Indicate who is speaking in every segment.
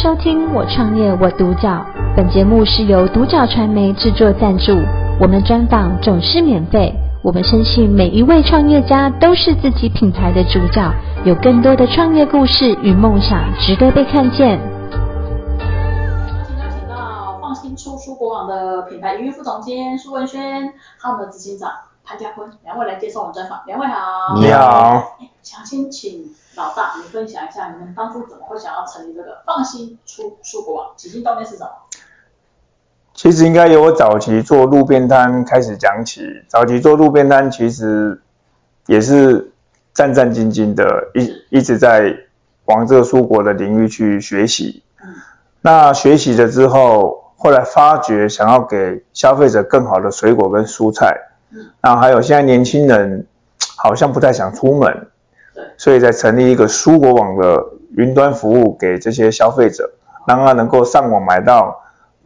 Speaker 1: 收听《我创业我独角》，本节目是由独角传媒制作赞助，我们专访总是免费。我们深信每一位创业家都是自己品牌的主角，有更多的创业故事与梦想值得被看见。
Speaker 2: 今天邀请到放心出书国网的品牌营运副总监苏文轩，还有我们的执行长潘家坤，两位来接受我们专访。两位好。
Speaker 3: 你好。
Speaker 2: 哎想先请老大你分享一下，你们当初怎么会想要成立这个放心出出国网？起心动念是什么？
Speaker 3: 其实应该由我早期做路边摊开始讲起。早期做路边摊，其实也是战战兢兢的，一一直在往这个蔬果的领域去学习。那学习了之后，后来发觉想要给消费者更好的水果跟蔬菜
Speaker 2: 嗯，
Speaker 3: 然后还有现在年轻人好像不太想出门
Speaker 2: 对，
Speaker 3: 所以才成立一个蔬果网的云端服务给这些消费者，让他能够上网买到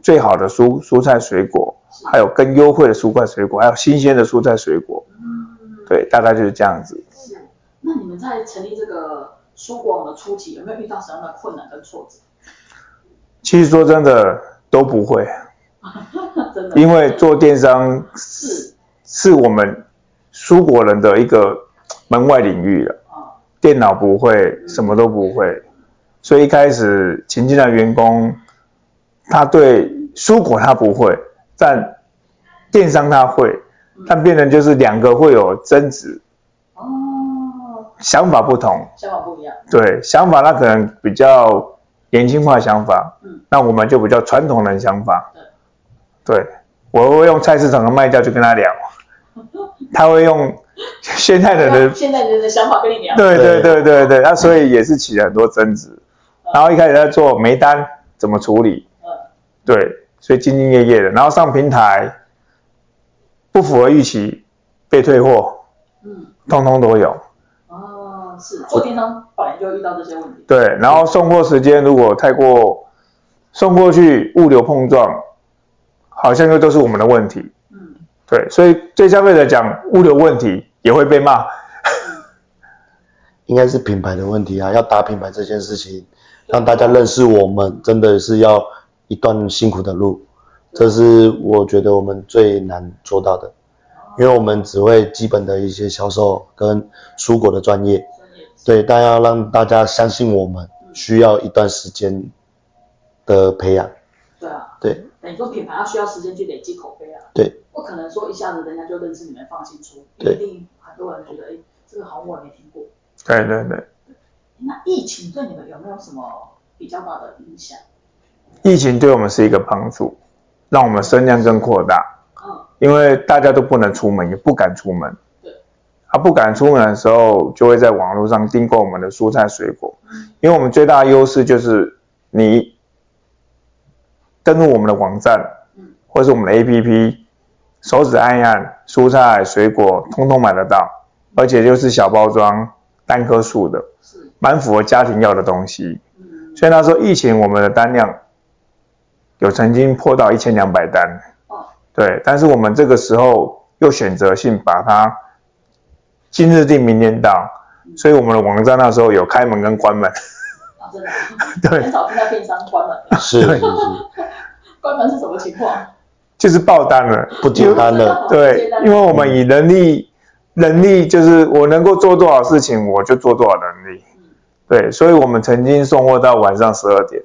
Speaker 3: 最好的蔬蔬菜水果，
Speaker 2: 是
Speaker 3: 还有更优惠的蔬菜水果，还有新鲜的蔬菜水果。
Speaker 2: 嗯，
Speaker 3: 对，大概就是这样子。
Speaker 2: 是。那你们在成立这个出国网的初期，有没有遇到什么样的困难跟挫折？
Speaker 3: 其实说真的都不会，
Speaker 2: 真的。
Speaker 3: 因为做电商
Speaker 2: 是
Speaker 3: 是我们蔬果人的一个门外领域了，
Speaker 2: 啊，
Speaker 3: 电脑不会，什么都不会，所以一开始请进来员工，他对蔬果他不会，但电商他会，但变成就是两个会有争执，
Speaker 2: 哦，
Speaker 3: 想法不同，
Speaker 2: 想法不一样。
Speaker 3: 对，想法他可能比较年轻化想法，
Speaker 2: 嗯
Speaker 3: 那我们就比较传统人想法
Speaker 2: 对。
Speaker 3: 对，我会用菜市场的卖价去跟他聊，他会用现代人的，
Speaker 2: 现在人的想法跟你聊。
Speaker 3: 对
Speaker 4: 对
Speaker 3: 对对对对，那所以也是起了很多争执。然后一开始在做没单怎么处理，
Speaker 2: 呃，
Speaker 3: 对，所以兢兢业业的，然后上平台不符合预期被退货，
Speaker 2: 嗯，
Speaker 3: 通通都有。
Speaker 2: 哦，是做电商本来就遇到这些问题。
Speaker 3: 对，然后送货时间如果太过送过去，物流碰撞，好像又都是我们的问题。
Speaker 2: 嗯，
Speaker 3: 对，所以对消费者讲物流问题也会被骂。
Speaker 4: 应该是品牌的问题啊，要打品牌这件事情，让大家认识我们，真的是要一段辛苦的路，这是我觉得我们最难做到的，因为我们只会基本的一些销售跟蔬果的专业，
Speaker 2: 专业
Speaker 4: 对，但要让大家相信我们，需要一段时间的培养，
Speaker 2: 对啊，
Speaker 4: 对
Speaker 2: 等于说品牌要需要时间去累积口碑啊，
Speaker 4: 对，
Speaker 2: 不可能说一下子人家就认识你们放心出，
Speaker 4: 对
Speaker 2: 一定很多人觉得，哎，这个好像我也没听过。
Speaker 3: 对对对，
Speaker 2: 那疫情对你们有没有什么比较大的影响？
Speaker 3: 疫情对我们是一个帮助，让我们声量更扩大，
Speaker 2: 嗯，
Speaker 3: 因为大家都不能出门，也不敢出门
Speaker 2: 对。
Speaker 3: 啊，不敢出门的时候，就会在网络上订购我们的蔬菜水果，因为我们最大的优势就是你登录我们的网站，
Speaker 2: 嗯
Speaker 3: 或是我们的 APP，手指按一按，蔬菜水果通通买得到，
Speaker 2: 嗯
Speaker 3: 而且就是小包装单颗数的，
Speaker 2: 是，
Speaker 3: 蛮符合家庭要的东西。
Speaker 2: 嗯，
Speaker 3: 所以那时候疫情，我们的单量有曾经破到一千两百单，
Speaker 2: 哦，
Speaker 3: 对，但是我们这个时候又选择性把它今日定明天到，所以我们的网站那时候有开门跟关门，
Speaker 2: 啊， 真的啊，很少听到电商关门，
Speaker 4: 是是是，
Speaker 2: 关门是什么情况？
Speaker 3: 就是爆单了。
Speaker 4: 不简单
Speaker 2: 真的
Speaker 4: 了，
Speaker 2: 好
Speaker 3: 对
Speaker 2: 简单，
Speaker 3: 因为我们以能力，能力就是我能够做多少事情，我就做多少能力。对，所以我们曾经送货到晚上十二点，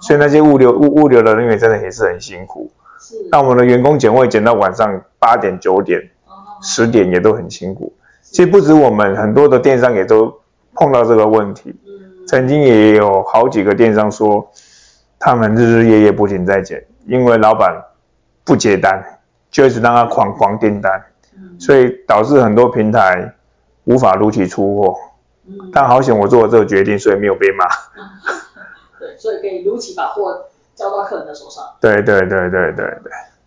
Speaker 3: 所以那些物流物物流的人员真的也是很辛苦。
Speaker 2: 是，
Speaker 3: 那我们的员工检会检到晚上八点、九点、
Speaker 2: 哦
Speaker 3: 十点也都很辛苦。其实不止我们，很多的电商也都碰到这个问题。
Speaker 2: 嗯，
Speaker 3: 曾经也有好几个电商说，他们日日夜夜不停在检，因为老板不接单，就一直让他狂狂订单。
Speaker 2: 嗯
Speaker 3: 所以导致很多平台无法如期出货。
Speaker 2: 嗯，
Speaker 3: 但好险我做了这个决定，所以没有被骂。
Speaker 2: 对，所以可以如期把货交到客人的手上。
Speaker 3: 对对对对对对，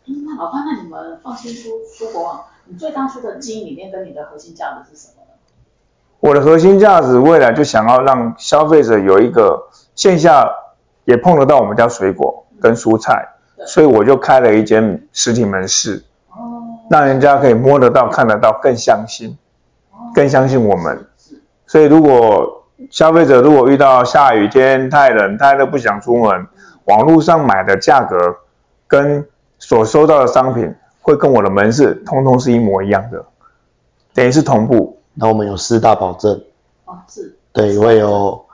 Speaker 2: 嗯那老潘，那你们放心出出国网，你最当初的基因理念跟你的核心价值是什么呢？
Speaker 3: 我的核心价值未来就想要让消费者有一个线下也碰得到我们家水果跟蔬菜，所以我就开了一间实体门市，
Speaker 2: 哦，
Speaker 3: 让人家可以摸得到、看得到，更相信，更相信我们。
Speaker 2: 是
Speaker 3: 所以如果消费者如果遇到下雨天太冷太热不想出门，网络上买的价格跟所收到的商品会跟我的门市通通是一模一样的，等于是同步。
Speaker 4: 那我们有四大保证，
Speaker 2: 哦，是嗯
Speaker 4: 对，会有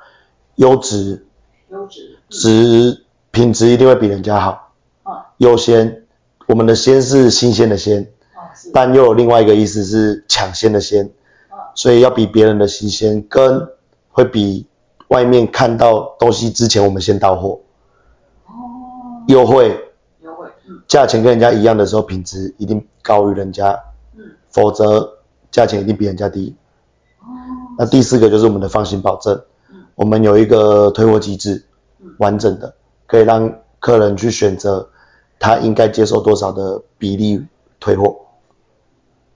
Speaker 4: 优质、
Speaker 2: 优质，
Speaker 4: 质品质一定会比人家好，
Speaker 2: 哦
Speaker 4: 优先。我们的鲜是新鲜的鲜，
Speaker 2: 哦是，
Speaker 4: 但又有另外一个意思是抢先的先，所以要比别人的新鲜，跟会比外面看到东西之前我们先到货，
Speaker 2: 哦，
Speaker 4: 优惠
Speaker 2: 优惠，嗯
Speaker 4: 价钱跟人家一样的时候，品质一定高于人家，
Speaker 2: 嗯，
Speaker 4: 否则价钱一定比人家低。
Speaker 2: 哦，
Speaker 4: 那第四个就是我们的放心保证
Speaker 2: 嗯，
Speaker 4: 我们有一个退货机制
Speaker 2: 嗯，
Speaker 4: 完整的，可以让客人去选择他应该接受多少的比例退货。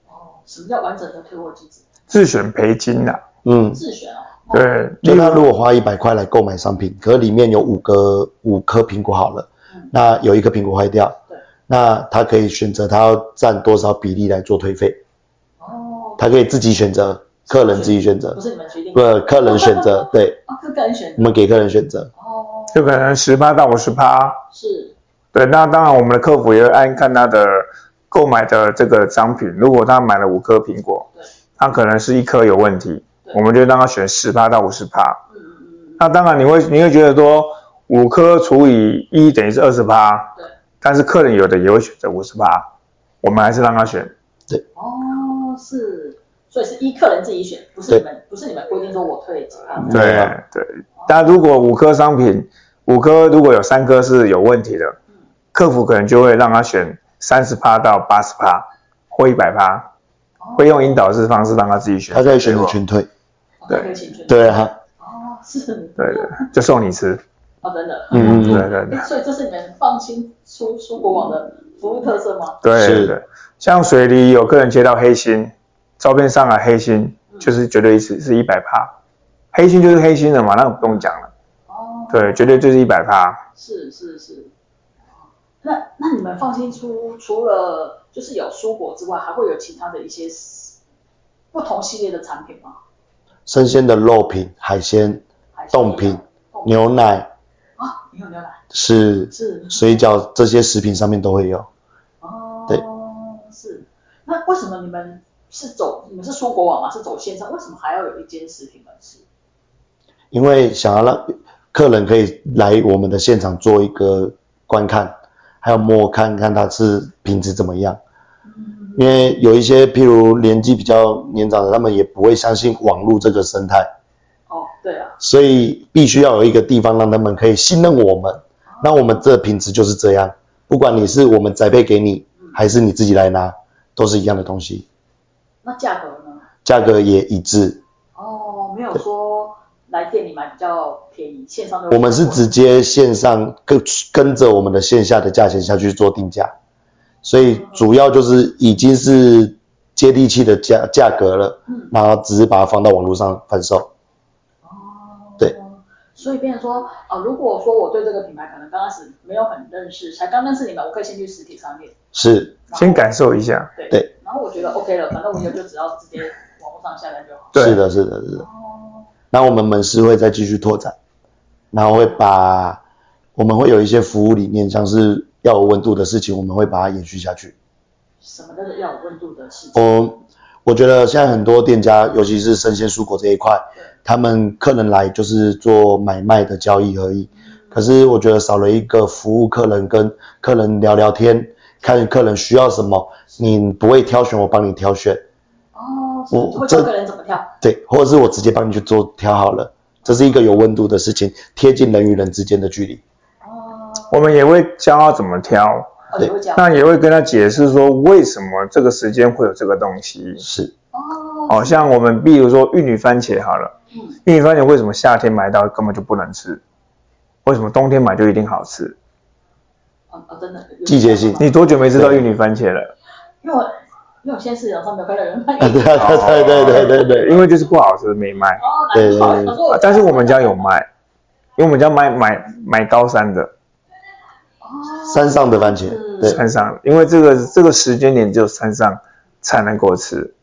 Speaker 2: 哦，什么叫完整的退货机制？
Speaker 3: 自选赔金呐、
Speaker 4: 嗯，
Speaker 2: 自选哦，哦，
Speaker 3: 对，
Speaker 4: 就他如果花一百块来购买商品，可是里面有五个五颗苹果好了
Speaker 2: 嗯，
Speaker 4: 那有一个苹果坏掉
Speaker 2: 对，
Speaker 4: 那他可以选择他要占多少比例来做退费，
Speaker 2: 哦，
Speaker 4: 他可以自己选择，客人自己选择
Speaker 2: 不，是你们决定
Speaker 4: 不，客人选择，对，
Speaker 2: 啊，个人选
Speaker 4: 我们给客人选择，
Speaker 2: 哦，
Speaker 3: 就可能十趴到五十趴。
Speaker 2: 是
Speaker 3: 对，那当然我们的客服也会按看他的购买的这个商品，如果他买了五颗苹果
Speaker 2: 对，
Speaker 3: 他可能是一颗有问题，
Speaker 2: 对
Speaker 3: 我们就让他选十趴到五十趴。
Speaker 2: 嗯嗯嗯嗯，
Speaker 3: 那当然你会你会觉得说五颗除以一等于是二十趴，
Speaker 2: 对，
Speaker 3: 但是客人有的也会选择五十趴，我们还是让他选。
Speaker 2: 哦，是，所以是依客人自己选，不是
Speaker 4: 对
Speaker 2: 你们，不是你们规定说我退几啊？
Speaker 4: 嗯
Speaker 3: 对对，但如果五颗商品，五颗如果有三颗是有问题的，客服可能就会让他选三十趴到八十趴或一百趴，会用引导式方式让他自己选。
Speaker 4: 他可以选择全退，
Speaker 2: 哦
Speaker 3: 对
Speaker 2: 可以请退
Speaker 4: 对啊，
Speaker 2: 哦，是，
Speaker 3: 对对，就送你吃。
Speaker 2: 哦，真的，
Speaker 4: 嗯嗯
Speaker 3: 对
Speaker 4: 嗯，
Speaker 3: 对对
Speaker 2: 诶所以这是你们放心出出国网的服务特色吗？
Speaker 3: 对
Speaker 4: 是
Speaker 3: 对，像水梨有客人切到黑心，照片上来黑心就是绝对是是一百趴，黑心就是黑心的嘛，那个不用讲了。
Speaker 2: 哦，
Speaker 3: 对，绝对就是一百趴。
Speaker 2: 是是是。哦那那你们放心出除了就是有蔬果之外，还会有其他的一些 s- 不同系列的产品吗？
Speaker 4: 生鲜的肉品、海鲜、
Speaker 2: 还是
Speaker 4: 冻品
Speaker 2: 冻品
Speaker 4: 牛奶
Speaker 2: 啊，没有牛奶
Speaker 4: 是
Speaker 2: 是
Speaker 4: 水饺这些食品上面都会有。
Speaker 2: 哦，
Speaker 4: 对
Speaker 2: 是。那为什么你们是走你们是蔬果网嘛，是走线上，为什么还要有一间食品门市？
Speaker 4: 因为想要让客人可以来我们的现场做一个观看，还有摸看看它是品质怎么样。因为有一些譬如年纪比较年长的，他们也不会相信网络这个生态，
Speaker 2: 哦，对啊，
Speaker 4: 所以必须要有一个地方让他们可以信任我们。那我们这品质就是这样，不管你是我们宅配给你，还是你自己来拿，都是一样的东西，
Speaker 2: 那价格呢？
Speaker 4: 价格也一致。
Speaker 2: 哦，没有说来店里买比较便宜，线上都
Speaker 4: 我们是直接线上跟跟着我们的线下的价钱下去做定价，所以主要就是已经是接地气的价价格了，
Speaker 2: 嗯
Speaker 4: 然后只是把它放到网络上贩售。
Speaker 2: 哦，
Speaker 4: 对。
Speaker 2: 所以变成说，呃，如果说我对这个品牌可能刚开始没有很认识，才刚认识你们，我可以先去实体商店，
Speaker 4: 是，
Speaker 2: 然后
Speaker 3: 先感受一下。
Speaker 2: 对
Speaker 4: 对
Speaker 2: 然后我觉得 OK 了，反正我以后就只要直接网络上下单就好。
Speaker 3: 对
Speaker 4: 是的，是的，是的。
Speaker 2: 哦，
Speaker 4: 那我们门市会再继续拓展，然后会把我们会有一些服务理念，像是要有温度的事情，我们会把它延续下去。
Speaker 2: 什么都是要有温度的事情。
Speaker 4: 我我觉得现在很多店家，尤其是生鲜蔬果这一块
Speaker 2: 对，
Speaker 4: 他们客人来就是做买卖的交易而已。可是我觉得少了一个服务客人，跟客人聊聊天，看客人需要什么，你不会挑选，我帮你挑选，
Speaker 2: 哦，是
Speaker 4: 我
Speaker 2: 会
Speaker 4: 这
Speaker 2: 教个人怎么跳。
Speaker 4: 对，或者是我直接帮你去做挑好了。这是一个有温度的事情，贴近人与人之间的距离。
Speaker 2: 哦，
Speaker 3: 我们也会教他怎么挑，
Speaker 2: 哦，你会教。
Speaker 3: 那也会跟他解释说为什么这个时间会有这个东西。
Speaker 4: 是，
Speaker 2: 哦，
Speaker 3: 哦，像我们比如说玉女番茄好了，
Speaker 2: 嗯，
Speaker 3: 玉女番茄为什么夏天买到根本就不能吃？为什么冬天买就一定好吃？
Speaker 2: 哦哦，真的。有
Speaker 4: 季节性
Speaker 3: 你多久没吃到玉女番茄了？
Speaker 2: 因为我因为我现在市场上没有看到有人卖。
Speaker 4: 啊
Speaker 3: 哦
Speaker 4: 对对对对对对对，
Speaker 3: 因为就是不好吃没卖，
Speaker 2: 哦，难
Speaker 4: 对对
Speaker 2: 怪
Speaker 4: 对
Speaker 2: 我说
Speaker 3: 啊但是我们家有卖，因为我们家买买买高山的
Speaker 2: 哦
Speaker 4: 山上的番茄，对，
Speaker 3: 山上，因为这个这个时间点只有山上才能够吃，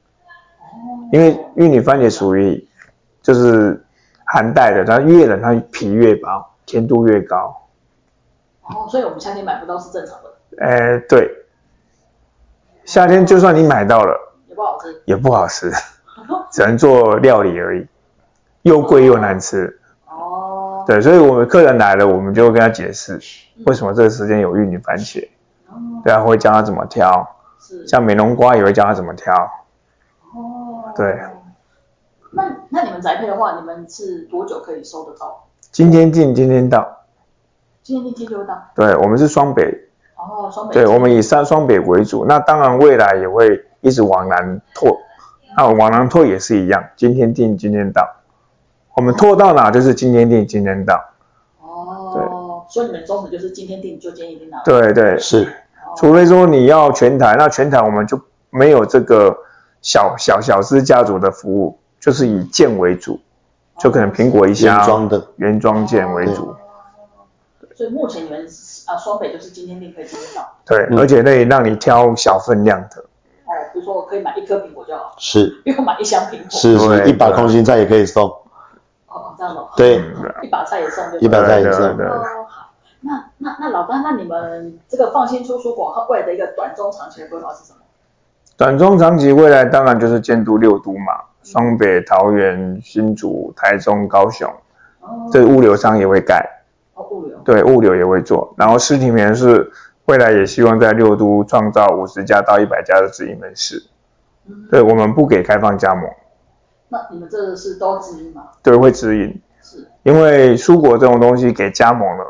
Speaker 3: 因为玉女番茄属于就是寒带的，它越冷它皮越薄，甜度越高。
Speaker 2: 哦，所以我们夏天买不到是正常的，
Speaker 3: 呃，对，夏天就算你买到了，
Speaker 2: 也不好吃。
Speaker 3: 也不好吃，只能做料理而已，又贵又难吃。
Speaker 2: 哦，，
Speaker 3: 对，所以我们客人来了，我们就跟他解释为什么这个时间有玉米番茄，
Speaker 2: 哦，
Speaker 3: 对啊，会教他怎么挑，
Speaker 2: 是，
Speaker 3: 像美容瓜也会教他怎么挑。
Speaker 2: 哦，
Speaker 3: 对。
Speaker 2: 那那你们宅配的话，你们是多久可以收得到？
Speaker 3: 今天进，今天到，
Speaker 2: 今天一天就会到，
Speaker 3: 对我们是双北
Speaker 2: 然后双北
Speaker 3: 对，我们以三双北为主，那当然未来也会一直往南拓，那往南拓也是一样，今天定今天到，我们拓到哪就是今天定今天到，
Speaker 2: 哦，所以你们宗旨就是今天订就今天一定拿到，
Speaker 3: 对对，
Speaker 4: 是
Speaker 2: 哦，
Speaker 3: 除非说你要全台，那全台我们就没有这个小小小资家族的服务，就是以件为主，就可能苹
Speaker 2: 哦
Speaker 3: 果一
Speaker 4: 原
Speaker 3: 箱
Speaker 4: 装的，
Speaker 3: 原装件为主，
Speaker 2: 所以目前你们啊双北就是今天订可以今天到，
Speaker 3: 对，
Speaker 4: 嗯
Speaker 3: 而且那里让你挑小分量的，
Speaker 2: 哦，比如说我可以买一颗苹果就好，
Speaker 4: 是
Speaker 2: 不用买一箱苹果，
Speaker 4: 是
Speaker 3: 对
Speaker 4: 是，一把空心菜也可以送，
Speaker 2: 哦，这样的，
Speaker 4: 对，
Speaker 2: 一把菜也送就
Speaker 4: 一把
Speaker 2: 好
Speaker 4: 菜也
Speaker 3: 对对
Speaker 4: 是
Speaker 3: 对，
Speaker 2: 哦，好，那那那老大，那你们这个放心出书广告未来的一个短中长期的规划是什么？
Speaker 3: 短中长期未来当然就是监督六都嘛，双北、桃园、新竹、台中、高雄，
Speaker 2: 哦，
Speaker 3: 这物流商也会盖，
Speaker 2: 哦，物流，
Speaker 3: 对，物流也会做。然后实体门市未来也希望在六都创造五十家到一百家的直营门市，
Speaker 2: 嗯，
Speaker 3: 对我们不给开放加盟，
Speaker 2: 那你们这个是都直营吗？
Speaker 3: 对，会直营，
Speaker 2: 是，
Speaker 3: 因为蔬果这种东西给加盟了，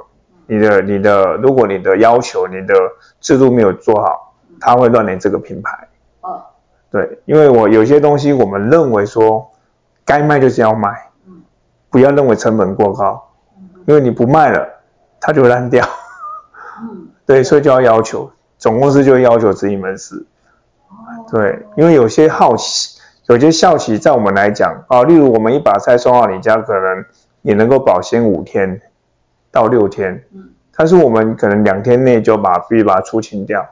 Speaker 3: 你的你的如果你的要求你的制度没有做好，它会乱你这个品牌。
Speaker 2: 哦，
Speaker 3: 对，因为我有些东西我们认为说该卖就是要卖
Speaker 2: 嗯，
Speaker 3: 不要认为成本过高，
Speaker 2: 嗯
Speaker 3: 因为你不卖了它就烂掉。
Speaker 2: 嗯，
Speaker 3: 对，所以就要要求总公司就要求直营门市。
Speaker 2: 哦，
Speaker 3: 对，因为有些好奇，有些校企在我们来讲啊，例如我们一把菜送到你家，可能你能够保鲜五天到六天，
Speaker 2: 嗯
Speaker 3: 但是我们可能两天内就把必须把它出清掉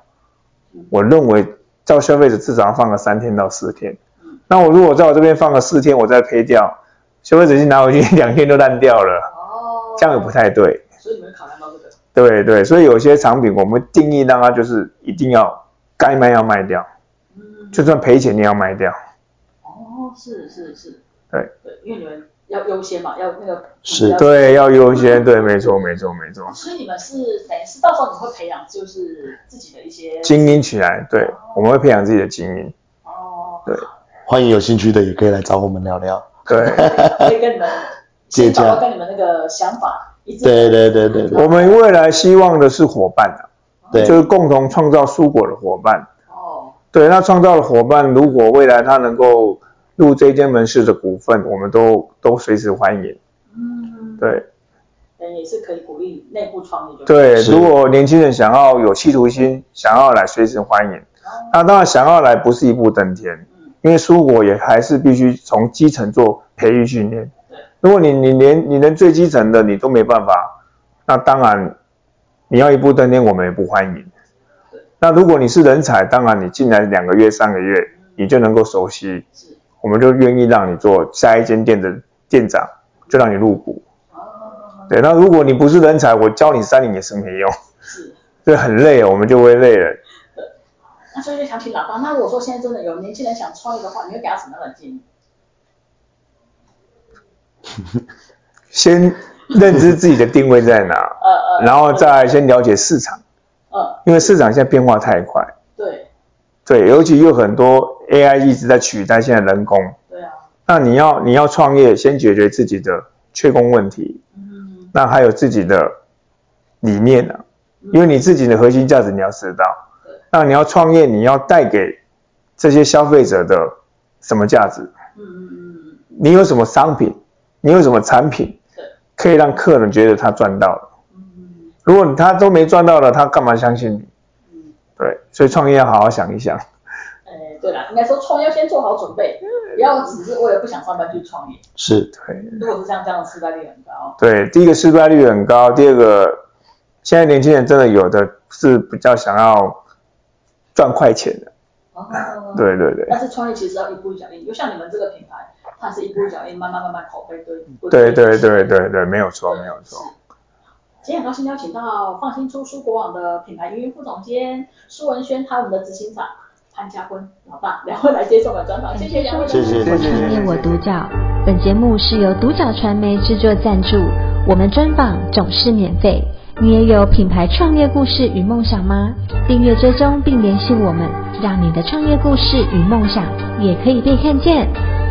Speaker 2: 嗯。
Speaker 3: 我认为照消费者至少要放个三天到四天
Speaker 2: 嗯。
Speaker 3: 那我如果在我这边放个四天，我再赔掉，消费者去拿回去两天就烂掉了，
Speaker 2: 哦，
Speaker 3: 这样也不，太对。
Speaker 2: 所以你们考量到这个，
Speaker 3: 对对，所以有些产品我们定义让它就是一定要该卖要卖掉，
Speaker 2: 嗯，
Speaker 3: 就算赔钱你也要卖掉。
Speaker 2: 哦，是是是，
Speaker 3: 对
Speaker 2: 对，因为你们要优先嘛，要那个
Speaker 4: 是
Speaker 2: 要
Speaker 3: 对，要优先。对，没错没错没错，
Speaker 2: 所以你们是等于是到时候你会培养就是自己的一些
Speaker 3: 精英起来，对，我们会培养自己的精英。
Speaker 2: 哦，
Speaker 3: 对
Speaker 4: 欢迎有兴趣的也可以来找我们聊聊。
Speaker 3: 对。
Speaker 2: 可以跟你们
Speaker 4: 借
Speaker 2: 先找到
Speaker 4: 鉴
Speaker 2: 跟你们那个想法一致。
Speaker 4: 对对对对对
Speaker 3: 我们未来希望的是伙伴啊，就
Speaker 4: 对
Speaker 3: 是共同创造蔬果的伙伴。
Speaker 2: 哦，
Speaker 3: 对，那创造的伙伴，如果未来他能够入这间门市的股份，我们都都随时欢迎。
Speaker 2: 嗯，
Speaker 3: 对
Speaker 2: 嗯，也是可以鼓励内部创业就好。
Speaker 3: 对，
Speaker 4: 是
Speaker 3: 如果年轻人想要有企图心，想要来，随时欢迎。
Speaker 2: 哦，
Speaker 3: 那当然，想要来不是一步登天，
Speaker 2: 嗯，
Speaker 3: 因为蔬果也还是必须从基层做培育训练
Speaker 2: 对。
Speaker 3: 如果你你连你连最基层的你都没办法，那当然你要一步登天，我们也不欢迎
Speaker 2: 对。
Speaker 3: 那如果你是人才，当然你进来两个月、三个月，你就能够熟悉，
Speaker 2: 是
Speaker 3: 我们就愿意让你做下一间店的店长，就让你入股。
Speaker 2: 哦，
Speaker 3: 对，那如果你不是人才，我教你三年也是没用，
Speaker 2: 是。
Speaker 3: 这很累哦，我们就会累了。
Speaker 2: 那所以就想请老爸，那如果说现在真的有年轻人想创业的话，你会给他什么样的建议？
Speaker 3: 先认知自己的定位在哪。
Speaker 2: 呃呃，
Speaker 3: 然后
Speaker 2: 对
Speaker 3: 再来先了解市场，
Speaker 2: 呃，
Speaker 3: 因为市场现在变化太快，
Speaker 2: 对
Speaker 3: 对，尤其有很多 AI 一直在取代现在人工。
Speaker 2: 对啊，
Speaker 3: 那你要你要创业，先解决自己的缺工问题，
Speaker 2: 嗯
Speaker 3: 那还有自己的理念啊，因为你自己的核心价值你要知道
Speaker 2: 对。
Speaker 3: 那你要创业，你要带给这些消费者的什么价值？
Speaker 2: 嗯嗯嗯
Speaker 3: 你有什么商品？你有什么产品
Speaker 2: 对？
Speaker 3: 可以让客人觉得他赚到了？
Speaker 2: 嗯
Speaker 3: 如果他都没赚到了，他干嘛相信你？
Speaker 2: 嗯，
Speaker 3: 对，所以创业要好好想一想。
Speaker 2: 哎，对啦，应该说创业要先做好准备，不要只是为了不想上班去创业。
Speaker 4: 是
Speaker 3: 对
Speaker 2: 如果是像这样的失败率很高，
Speaker 3: 对，第一个失败率很高，第二个现在年轻人真的有的是比较想要赚快钱的。
Speaker 2: 哦，
Speaker 3: 对对对
Speaker 2: 但是创业其实要一步一脚印，就像你们这个品牌，它是一步一脚印，慢慢慢慢口碑堆。
Speaker 3: 对嗯对对对对，没有错没有错。
Speaker 2: 今天很高兴邀请到放心出书国网的品牌营运副总监苏文轩，还有我们的执行长潘家坤老大，两位来接受我们专访，谢谢两位。
Speaker 4: 谢谢
Speaker 1: 我创业我独角。本节目是由独角传媒制作赞助，我们专访总是免费。你也有品牌创业故事与梦想吗？订阅追踪并联系我们，让你的创业故事与梦想也可以被看见。